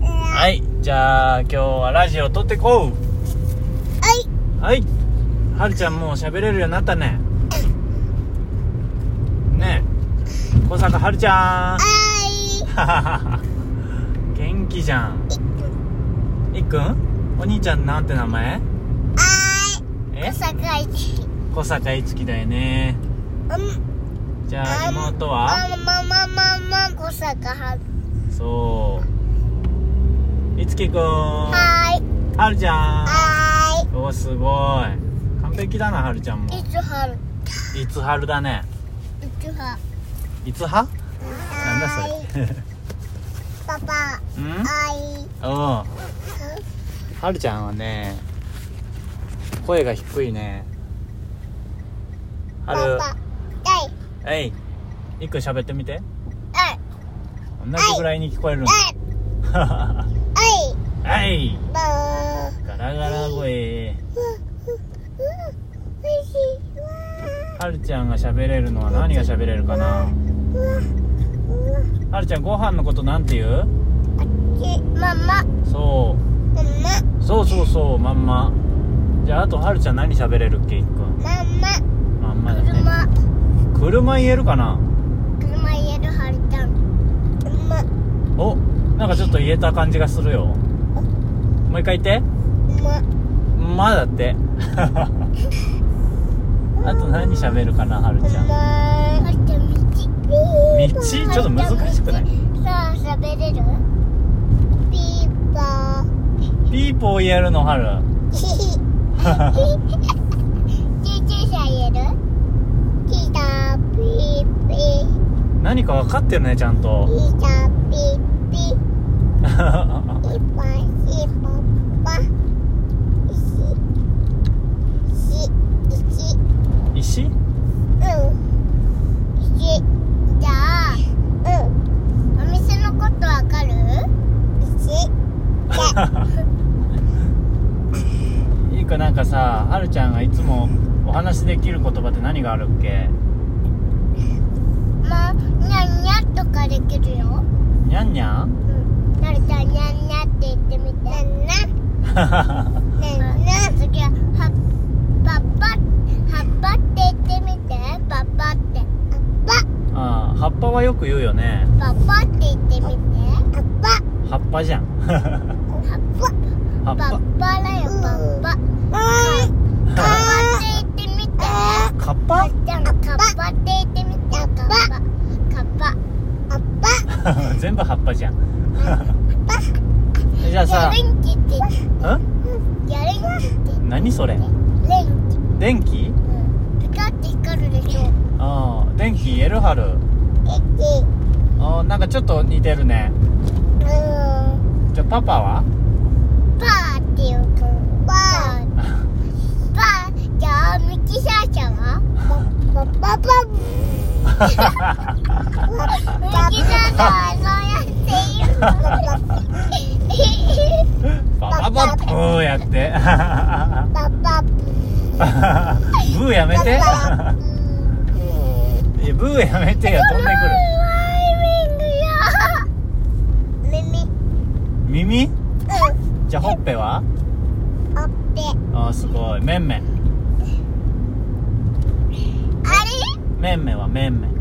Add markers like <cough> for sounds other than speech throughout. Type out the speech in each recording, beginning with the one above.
はいじゃあ今日はラジオ撮ってこはい。うはいはるちゃんもう喋れるようになったねねえ小坂はるちゃはい。ん <laughs> 元気じゃんいっくんお兄ちゃんなんて名前はえい。小坂井。小坂いつきだよねうん。じゃあ妹はあまままま小坂は。そういつきくんははい。るちゃはんおすごい完璧だなはるちゃんもい。いつはる。いつはるだねいつは。いつはなんだはそれい。パパ。うんはい。うんはるちゃんはね声が低いねはパるパ。はい。えいいっくん喋ってみてはい。同じぐらいに聞こえるんだはい。はい。 <laughs> はいばあ。ガラガラ声おいしいわはるちゃんが喋れるのは何が喋れるかなー。うわ。うわ。はるちゃんご飯のことなんて言うきママ。そママ。うそうそうそうまんまじゃああとはるちゃん何喋れるっけいっくんママ。まんまだね車。車言えるかな車言えるはるちゃん。車。おなんかちょっと言えた感じがするよもう一回言ってま、まだって <laughs> あと何喋るかなはるちゃんま、はるちゃん道。道ちょっと難しくないさあ、喋れるピーポ <laughs> ー。ピーポー言えるのはる <laughs> ヒヒ。救急車言えるピーター、ピーピー。何か分かってるねちゃんピと <laughs> ーター、ピーピー。ピーパー、ヒーポッパ。し、し、し。石う <laughs> ん。石。じゃあ、うん。お店のことわかる石。いいかなんかさはるちゃんがいつもお話しできる言葉って何があるっけまあ、にゃんにゃんとかできるよ。にゃんにゃん <laughs> うん。なるちゃん、にゃんにゃんって言ってみて。にゃんな。にゃんな。次は、は、パパ、はっぱって言ってみて。パパって。ああ葉っぱはよく言うよねパパ、パパって言ってみて。パパ、葉っぱじゃん <laughs> はっぱ。葉パっぱッパだよ、パッパ。 <laughs> カッパって言ってみて。カカッパッパって言ってみて。カッパ。カッパ。カッパ。 <laughs> 全部葉っぱじゃんじゃあやさるんきって言って。んやるんきって言って。何それレンキ。電う気ん。ピカって光るでしょ。ああ電気言えるはるえき。ああなんかちょっと似てるねうーん。じゃあパパ <laughs> はパーって言うと。パー。パー。じゃあ、ミキサー車はパパパパ。ミキサー車はそうやって言う。パパパブーやって <laughs> パパブーやめ <laughs> ていやブーやめてや飛んでくる耳じゃあほっぺはああすごいめんめんめんめんはめんめん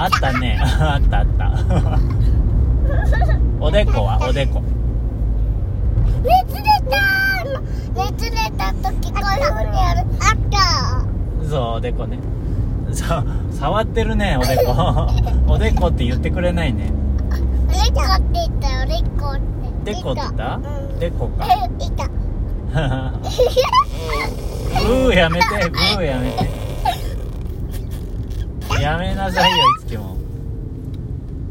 あったあったね <laughs> あったあったおでこはおでこ熱出た熱出た時こんなふうにやるあったそうおでこねさ触ってるねおでこ <laughs> おでこって言ってくれないねおでこって言ったよおでこってでこって言ったうんでこか <laughs> えいたブーやめてブーやめてやめなさいよいつきも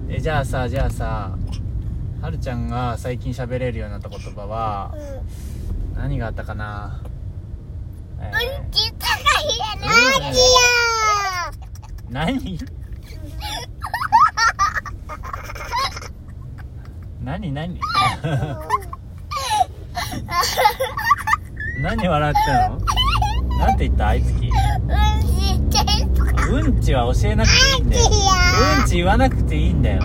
えじゃあさじゃあさはるちゃんが最近喋れるようになった言葉はうん何があったかな、えうんー、ちとか言えなうんいうんちよ <laughs> 何何何何笑ってんのなんて言ったあいつきうんちですううんちは教えなくていいんだようんち言わなくていいんだよ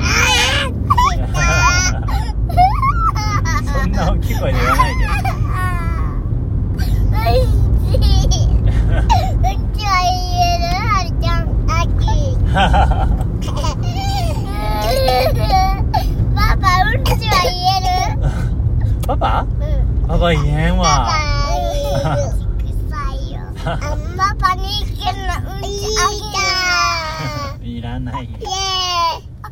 そんな大きい声で言わないで <laughs> パパパパ言えんわ <laughs> いらないよあ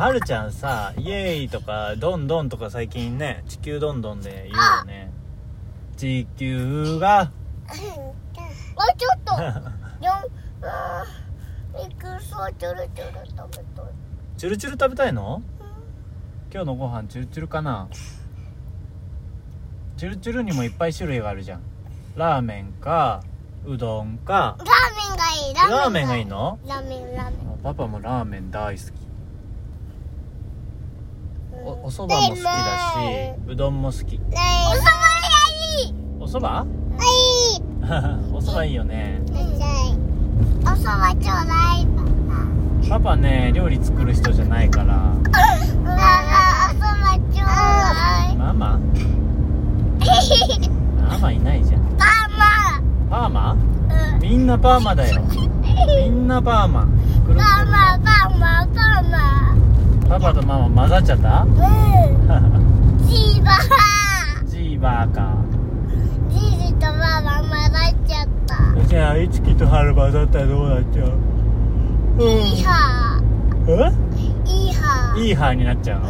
はるちゃんさ「イエーイ!」とか「どんどん」とか最近ね「地球どんどん」で言うよね地球が <laughs> <laughs> チュルチュル食べたいの今日のご飯チュルチュルかなチュルチュルにもいっぱい種類があるじゃんラーメンかうどんかラーメンがいいのラーメンラーメンあパパもラーメン大好きおお蕎麦も好きだしうどんも好きおそばがいいお蕎麦 <laughs> いいお蕎麦いいよねおそばちょうだいパパね料理作る人じゃないからママおそばちょうだい <laughs> ママママいないじゃんママパーマ <laughs> うんみんなパーマだよみんなパーマくるママママママパパとママ混ざっちゃった <laughs> うんジーバージーバーかジジとママ混ざっちゃったじゃあいつきと春混ざったらどうなっちゃういいはういいはんいいハーになっちゃうの、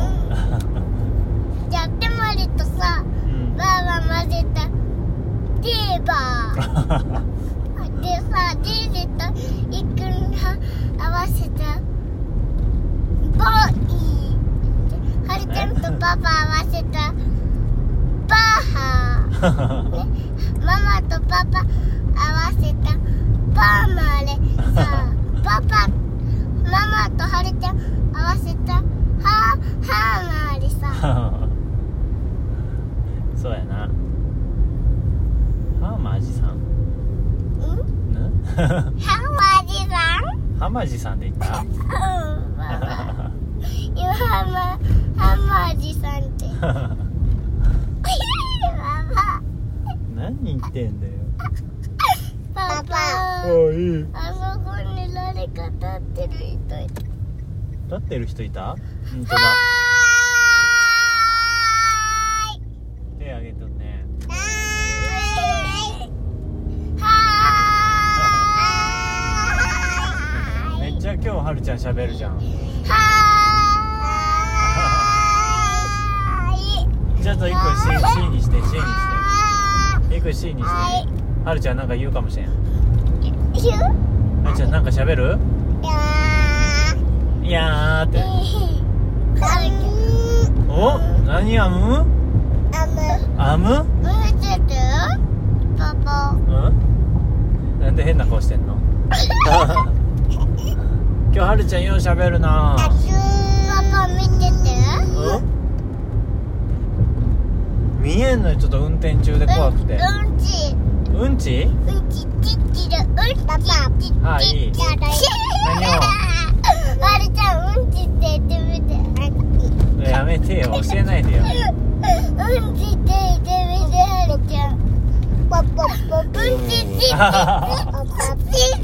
じゃあテマリとさうんママ混ぜたジーバーでさ、ジージとイくんが合わせてボーイではるちゃんとパパ合わせたバーハー、ね、ママとパパ合わせたバーマーでさ、パパ、ママとはるちゃん合わせたハー、ハーマーでさ、 <laughs> そうやなハーマジさんんんハーマーじさん <laughs> ハマジさんでいったう <laughs> ん、ママ。今ハマ、ハマーじさんって。ママ、何言ってんだよパパ、おいいあそこに誰か立ってる人いた。立ってる人いた本当だはーい。手あげとねはーい。めっちゃ今日はるちゃん喋るじゃんはーい。ちょっと一個 C, C にして C にして一個 C にはしていはるちゃんなんか言うかもしれんヒューはるちゃんなんか喋るやーいやーってあるけどお何アムあのアム見ててパパうんなんで変な顔してんの <laughs> 今日はるちゃんよう喋るなあヒューパパ見ててうん見えんのよちょっと運転中で怖くうてんうんちうんちうんちちってるうんちちってるはいいいちっちゃい何をあれちゃんうんちって言ってみてやめてよ教えないでようんちって言ってみてあれちゃんうんちちってうんちちって言っ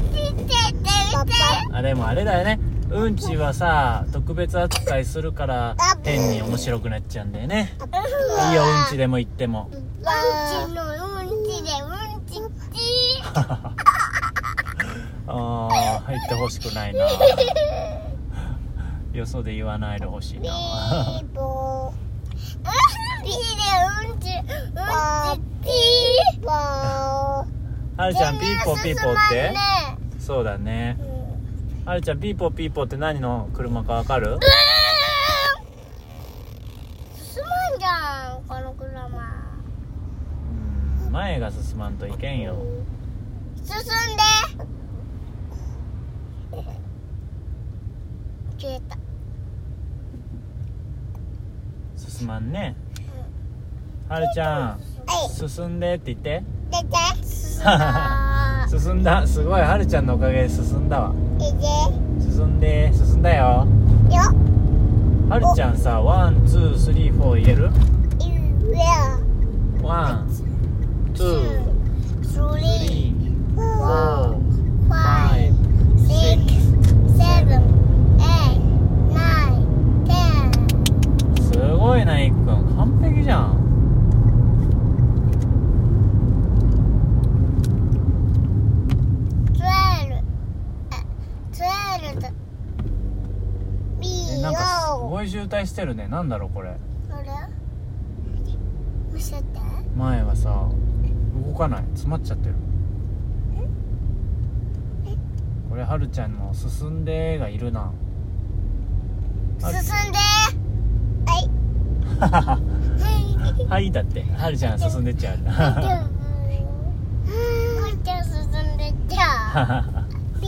てみてあれもあれだよねうんちはさ特別扱いするから変に面白くなっちゃうんだよねいいようんちでも言っても <laughs> うんちのうんちでうんちちああ入ってほしくないなよそで言わないでほしいビなーボーうんビーでうんちうんちピーボーはるちゃんピーポーピーポーって全然進そうだねまんねはるちゃんピーポーピーポーって何の車かわかる進まんじゃんこの車うん前が進まんといけんよ進んで消えた進まんねはるちゃん進んでって言って出て進んだ進んだすごいはるちゃんのおかげで進んだわえだよよはるちゃんさワンツースリーフォー言えるいうえワンツーススリーリーフフォーォーファイブシックスセブンエイトナインテンすごいな、いっくん。完璧じゃん。 twelve, twelve. B え、なんかす O ごい渋滞してるね。なんだろう、これ。これ見せて前はさ、動かない。詰まっちゃってるええ。これ、はるちゃんの進んでがいるな。 <laughs> はる進んではいはいはい、だって。はるちゃん進んでっちゃう。 <laughs> はこっちは進んでっちゃうはピー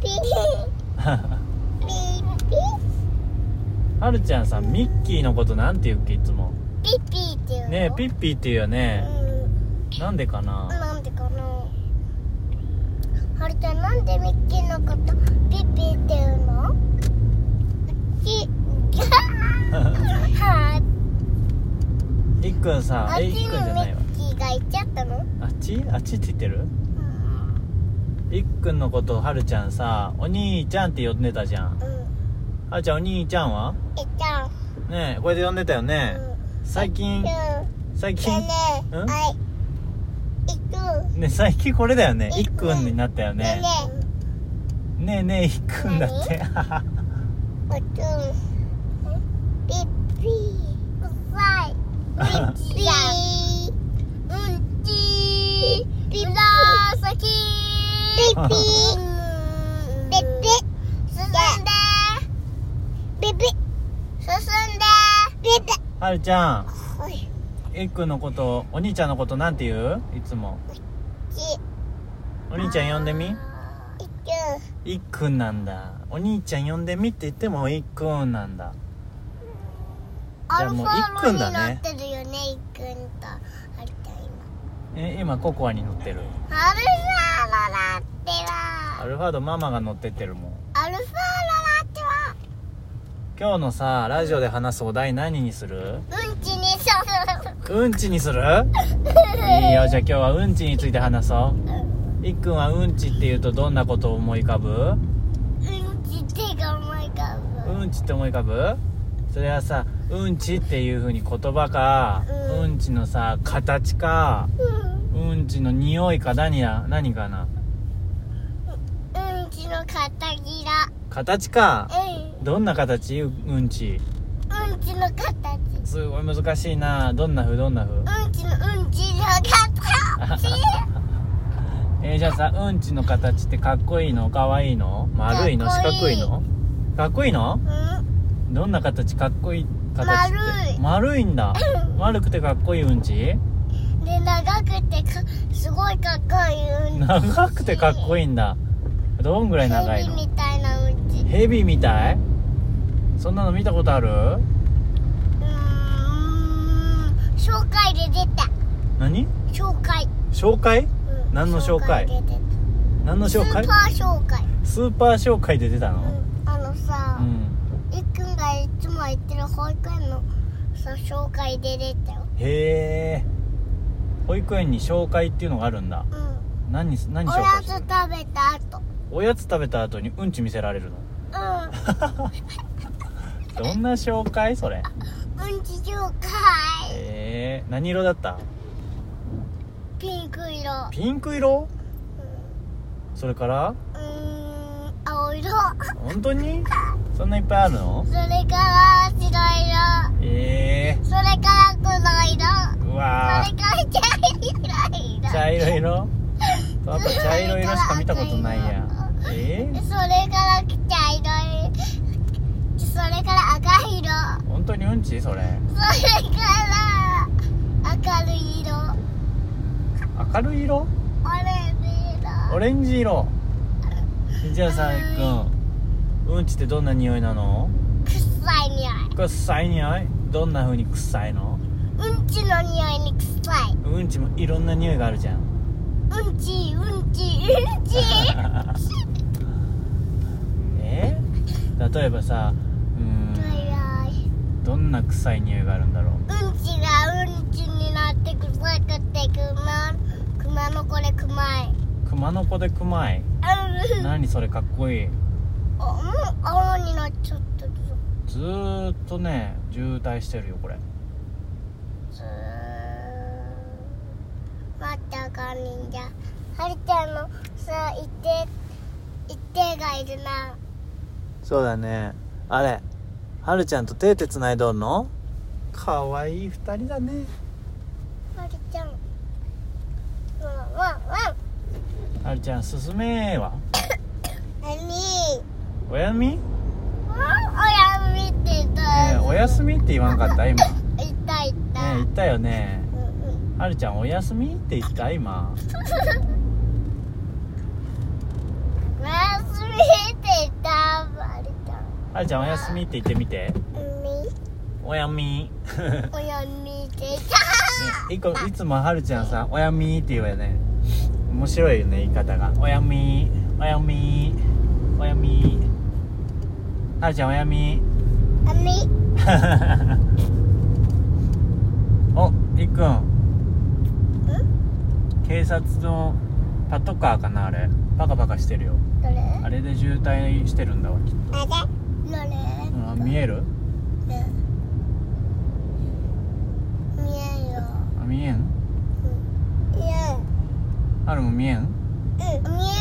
ピーはピーピはるちゃんさ、ミッキーのことなんて言うっけ、いつも。ーピーピーっていうのねえ、ピッピーって言うよね。うんなんでかな。なんでかなはるちゃんなんでミッキーのことピッピーって言うのピ <laughs> ッはいっくんさ、あっえ、ちいにっくミんじゃないわ。ッキーが行っちゃったのあっちあっちって言ってるいっくんのことはるちゃんさお兄ちゃんって呼んでたじゃんうんはるちゃんお兄ちゃんはえっとねえこれで呼んでたよね最うん近最じゃあ近ねうんはい行くね最近これだよねいっくんになったよねねねえねえいっくんだってえねうんピッピーうさいうんちーうんちー紫ピッピーうんピッピ進んでピッピ進んでピッピ <laughs> はるちゃはいんいっくんのことお兄ちゃんのことなんて言ういつもちお兄ちゃん呼んでみいくいっくんなんだお兄ちゃん呼んでみって言ってもいっくんなんだアゃルあフもうァいっくロんにだなねってるよねいっくんとあれだ今え今ココアに乗ってるアルファロラってアはルファードママが乗ってってるもんアルファロラっては今日のさラジオで話すお題何にすうるんちにしょうんちにするいいよじゃあ今日はうんちについて話そういっくんはうんちっていうとどんなことを思い浮かぶうんち手が思い浮かぶうんちって思い浮かぶそれはさうんちっていうふうに言葉かうんうんちのさ形かうんうんちの匂いか何や何かなうんちのかたぎら形かうんどんな形ううんちうんちのかたちすごい難しいなどんな風どんな風うんちのうんちのかたちえー、じゃあさうんちの形ってかっこいいのかわいいの丸いのか四っこいい角いのかっこいいのうんどんな形かっこいい形って丸い丸いんだうん丸くてかっこいいうんちで長くてかすごいかっこいいうんち長くてかっこいいんだどんぐらい長い蛇みのたいなうんちうヘビみたいそんなの見たことあるーん紹介で出た何紹介、紹介うん何の紹介で出何のた紹ス介ーパー紹介、スーパー紹介で出たうのん、あのさ、うんいっくんがいつも行ってる保育園のさ紹介で出たよへえ保育園に紹介っていうのがあるんだうん何す何お紹や介つする食べた後おやつ食べた後にうんち見せられる <laughs> のどんな紹介それうんうんち紹介えー、何色だったピンク色ピンク色それからうーん青色本当にそんないっぱいあるのそれから白色えそれから黒色それー、うから茶色い色わー茶色色パパ茶色色しか見たことないやえそれから茶色いそれから赤い色ー、本当にうんちそれそれから明るい色明るい色オレンジ色オレンジ色じゃあさいくんうんちってどんな匂いなの臭い匂臭い匂いどんな風に臭いのいうんちの匂いに臭いうんちもいろんな匂いがあるじゃんうんちうんちうんちえ例えばさうーんドライどんな臭い匂いがあるんだろううんちがうんちになってくさくってくまくまのこれくまい熊の子で熊いうん何それかっこいいおもう青になっちゃったけどずーっとね渋滞してるよこれずーまたかみんじゃはるちゃんのさ一定一定がいるなそうだねあれはるちゃんと手手つないどんのかわいい二人だねはるちゃんワンワンワンはるちゃん進めーわ何おやみ、ワンおやみって言っねえたおやすみって言わんかった今ねいたいえた言ったよねうんうんはるちゃんおやすみって言った今おやすみって言ったはるちゃんはるちゃんおやすみって言ってみて海おやみ <laughs> おやみでねいこいつもはるちゃんさ「おやみ」って言うよね面白いよね言い方が「おやみおやみおやみはるちゃんおやみ <laughs> あみ」おいっくん警察のパトカーかなあれパカパカしてるよどれあれで渋滞してるんだわきっあれどれとあ見える見えんよあ見えん見えんあるも見えんうん見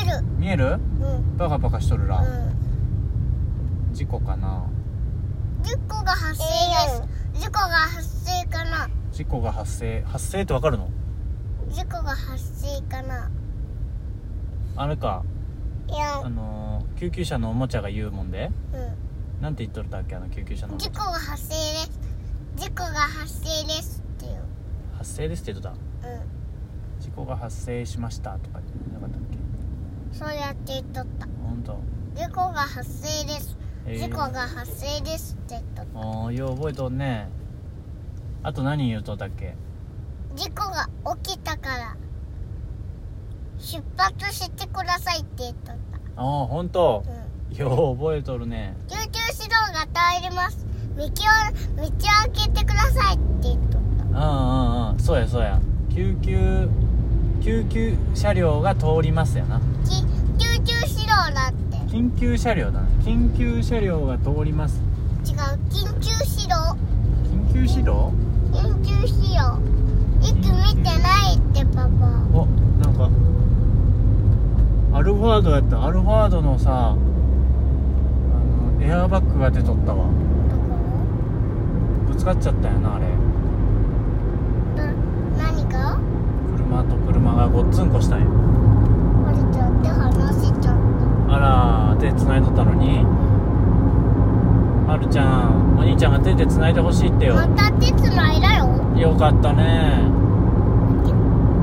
える見えるうんパカパカしとるらうん事故かな事故が発生です事故が発生かな事故が発生発生ってわかるの事故が発生かなあれかいやあのー救急車のおもちゃが言うもんでうなんて言っとったっけあの救急車のおんもち事ゃ故が発生です事故が発生ですってよ発生ですって言っとったうん事故が発生しましたとか言ってなかったっけそうやって言っとった本当。事故が発生ですえ事ー故が発生ですって言っとったああよう覚えとんねあと何言うとったっけ事故が起きたから出発してくださいって言っとっああ本当。た、うん、よう覚えとるね救急指導が入ります道を道を開けてくださいって言っとっうんうんうんそうやそうや救急救急車両が通りますやなたき救急指導だって緊急車両だね緊急車両が通ります違う緊急指導緊急指導緊急指導いつ見てないってパパおなんかアルファードやったアルファードのさあのエアバッグが出とったわどこぶつかっちゃったよなあれど何が車と車がごっつんこしたんよ折れちゃって話しちゃっあら手繋いとったのにはるちゃんお兄ちゃんが手で繋いでほしいってよたまた手つないだよよかったね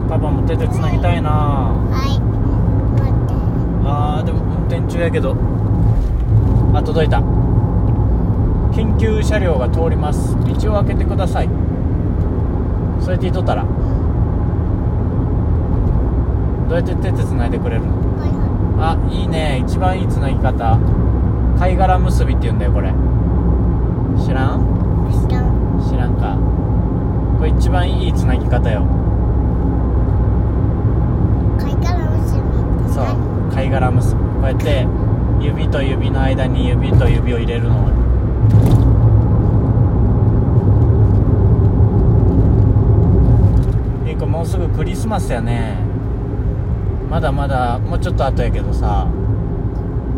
パパも手で繋ぎたいなはい待ってあーでも運転中やけどあ届いた緊急車両が通ります道を開けてくださいそうやって言っとったらどうやって手でつないでくれるのはいはいあいいね一番いいつなぎ方貝殻結びって言うんだよこれ知らん知らん知らんかこれ一番いいつなぎ方よ貝殻結びってそう何貝殻結びこうやって指と指の間に指と指を入れるのゆいこもうすぐクリスマスやねまだまだもうちょっと後やけどさ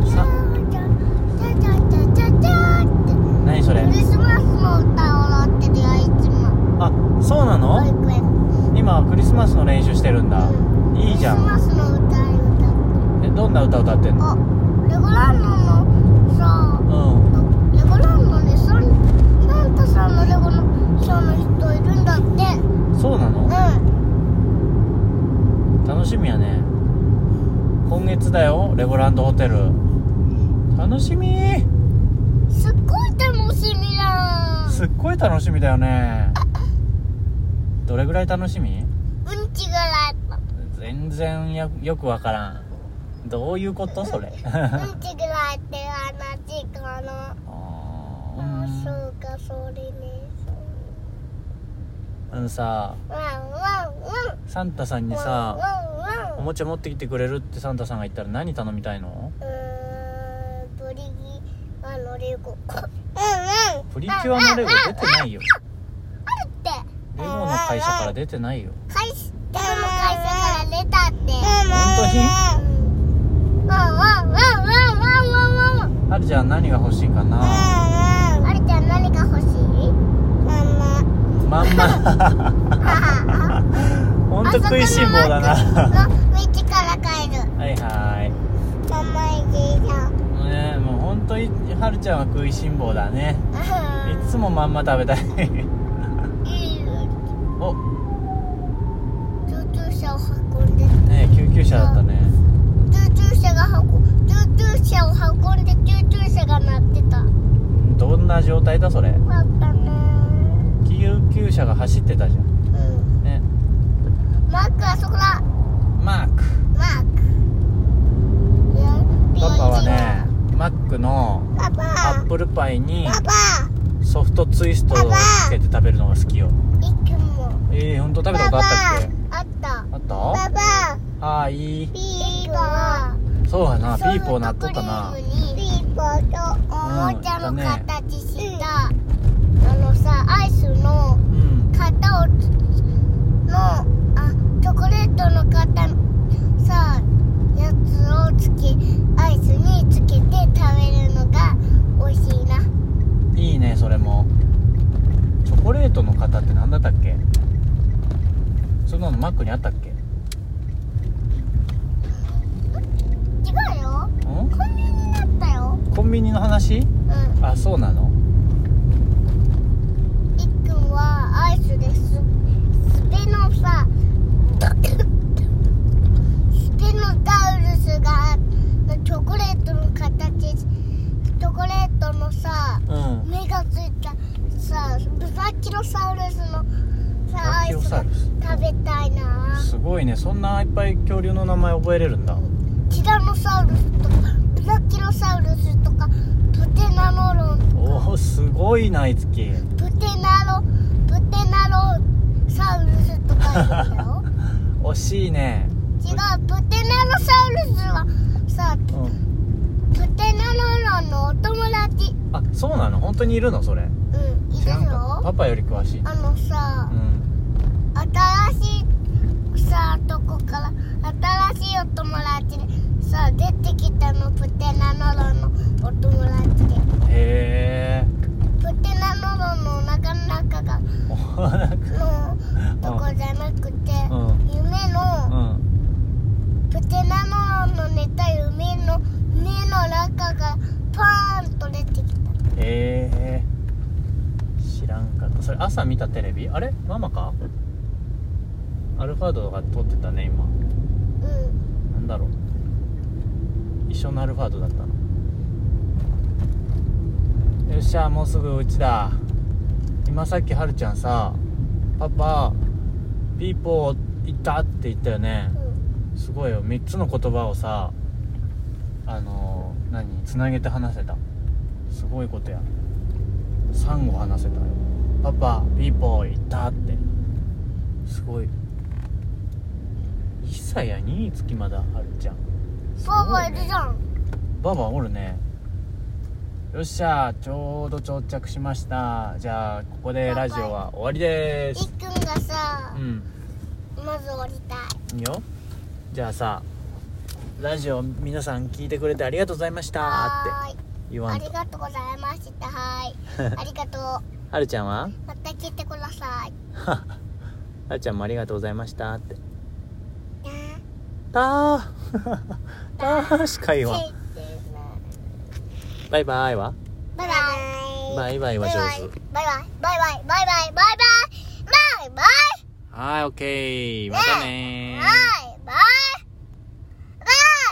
さちゃちゃちゃちゃちゃちゃって何それクリスマスの歌を踊ってるよいつもあそうな保の育園今はクリスマスの練習してるんだういいじゃんクリスマスの歌を歌ってえどんな歌歌ってんのあレゴランドのさうんレゴランドにサンサンタさんのレゴのショーの人いるんだってそうなのう楽しみやね今月だよレゴランドホテル楽しみんすっごい楽しみだすっごい楽しみだよねどれぐらい楽しみうんちぐらい全然やよくわからんどういうことそれ <laughs> うんちぐらいって話このそうそうかそれねあのさそうワンワンワンサンタさんにワンさワンおワンうもちゃ持ってきてくれるってサンタさんが言ったら何頼みたいのーんブリギあのレゴうんうんプリキュアのレゴ出てないよあるってレゴの会社から出てないよ会社レゴの会社から出たって本うんワンワンワンワンワンワンワンワンあるちゃん何が欲しいかなあれちゃん何が欲しいママま <laughs> んまほんと食いしん坊だなは道から帰るいはいママいいじゃんねえもうほんといはるちゃんは食いしん坊だねいつもまんま食べたい <laughs> お救急車を運んでねえ救急車だったね救急車が運救急車を運んで救急車が鳴ってたうんどんな状態だそれわったね救急車が走ってたじゃんうんねマークはそこだマークマークいやパパはねマックのパパアップルパイにパパソフトツイストをつけて食べるのが好きよいくもえー、ほんと食べたことあったっけパパあったあっパパたああいいピーポーそうやなピーポーなっとったなピーポーとおもちゃの形した、あのさアイスのうん型をのあチョコレートの型のさやつをつけアイスにつけて食べるのが美味しいないいねそれもチョコレートの型って何だったっけそんなのマックにあったっけ違うよんコンビニになったよコンビニの話うんあそうなのいっくんはアイスですスペのさ <coughs> スペノダウルスがチョコレートの形チョコレートのさうん目がついたさブサキロサウルスのさアイブサキロスがサウルス食べたいなすごいねそんないっぱい恐竜の名前覚えれるんだティラノサウルスとかブサキロサウルスとかプテナノロンおおすごいな樹きプテナロプテナロサウルスとかいるんだ <laughs> よ惜しいね違うプテナロサウルスはさうんプテナロロンのお友達あそうなの本当にいるのそれうんい知るらんかったよパパより詳しいあのさうん新しいさとこから新しいお友達でさ出てきたのプテナロロンのお友達でへえプテナロロンのお腹の中がおなんかのとこじゃなくてうん夢 <laughs> うのんプテナロロンの寝た夢の目の中がパーンと出てきたへえ知らんかったそれ朝見たテレビあれママかアルファードが撮ってたね今うんなんだろう一緒のアルファードだったのよっしゃもうすぐうちだ今さっきはるちゃんさ「パパピーポー行った」って言ったよねすごいよ3つの言葉をさあのー何つなげて話せたすごいことや3語話せたよパパピーポー行ったってすごい1歳や2つきまだはるちゃんすごパパいいるねじゃん。ババおるねよっしゃちょうど到着しましたじゃあここでラジオは終わりいでっすくんがさう、んまず降りたい。いいよじゃあさラジオ皆さん聞いてくれてありがとうございましたっはーい。て言わあんりとがとうございました。はい。 <laughs> ありがとう。はるちゃんは <laughs> また来てください。はるちゃんもありがとうございましたってね。たーたーしか言わんバイバイはバイバイ。バイバイは上手バイバイ。バイバイ。バイバイ。バイバイ。バイバイ。はいオッケーまたねーバイバイ。バ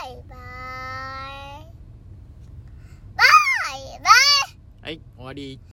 イバイ。バイバイ。はい終わり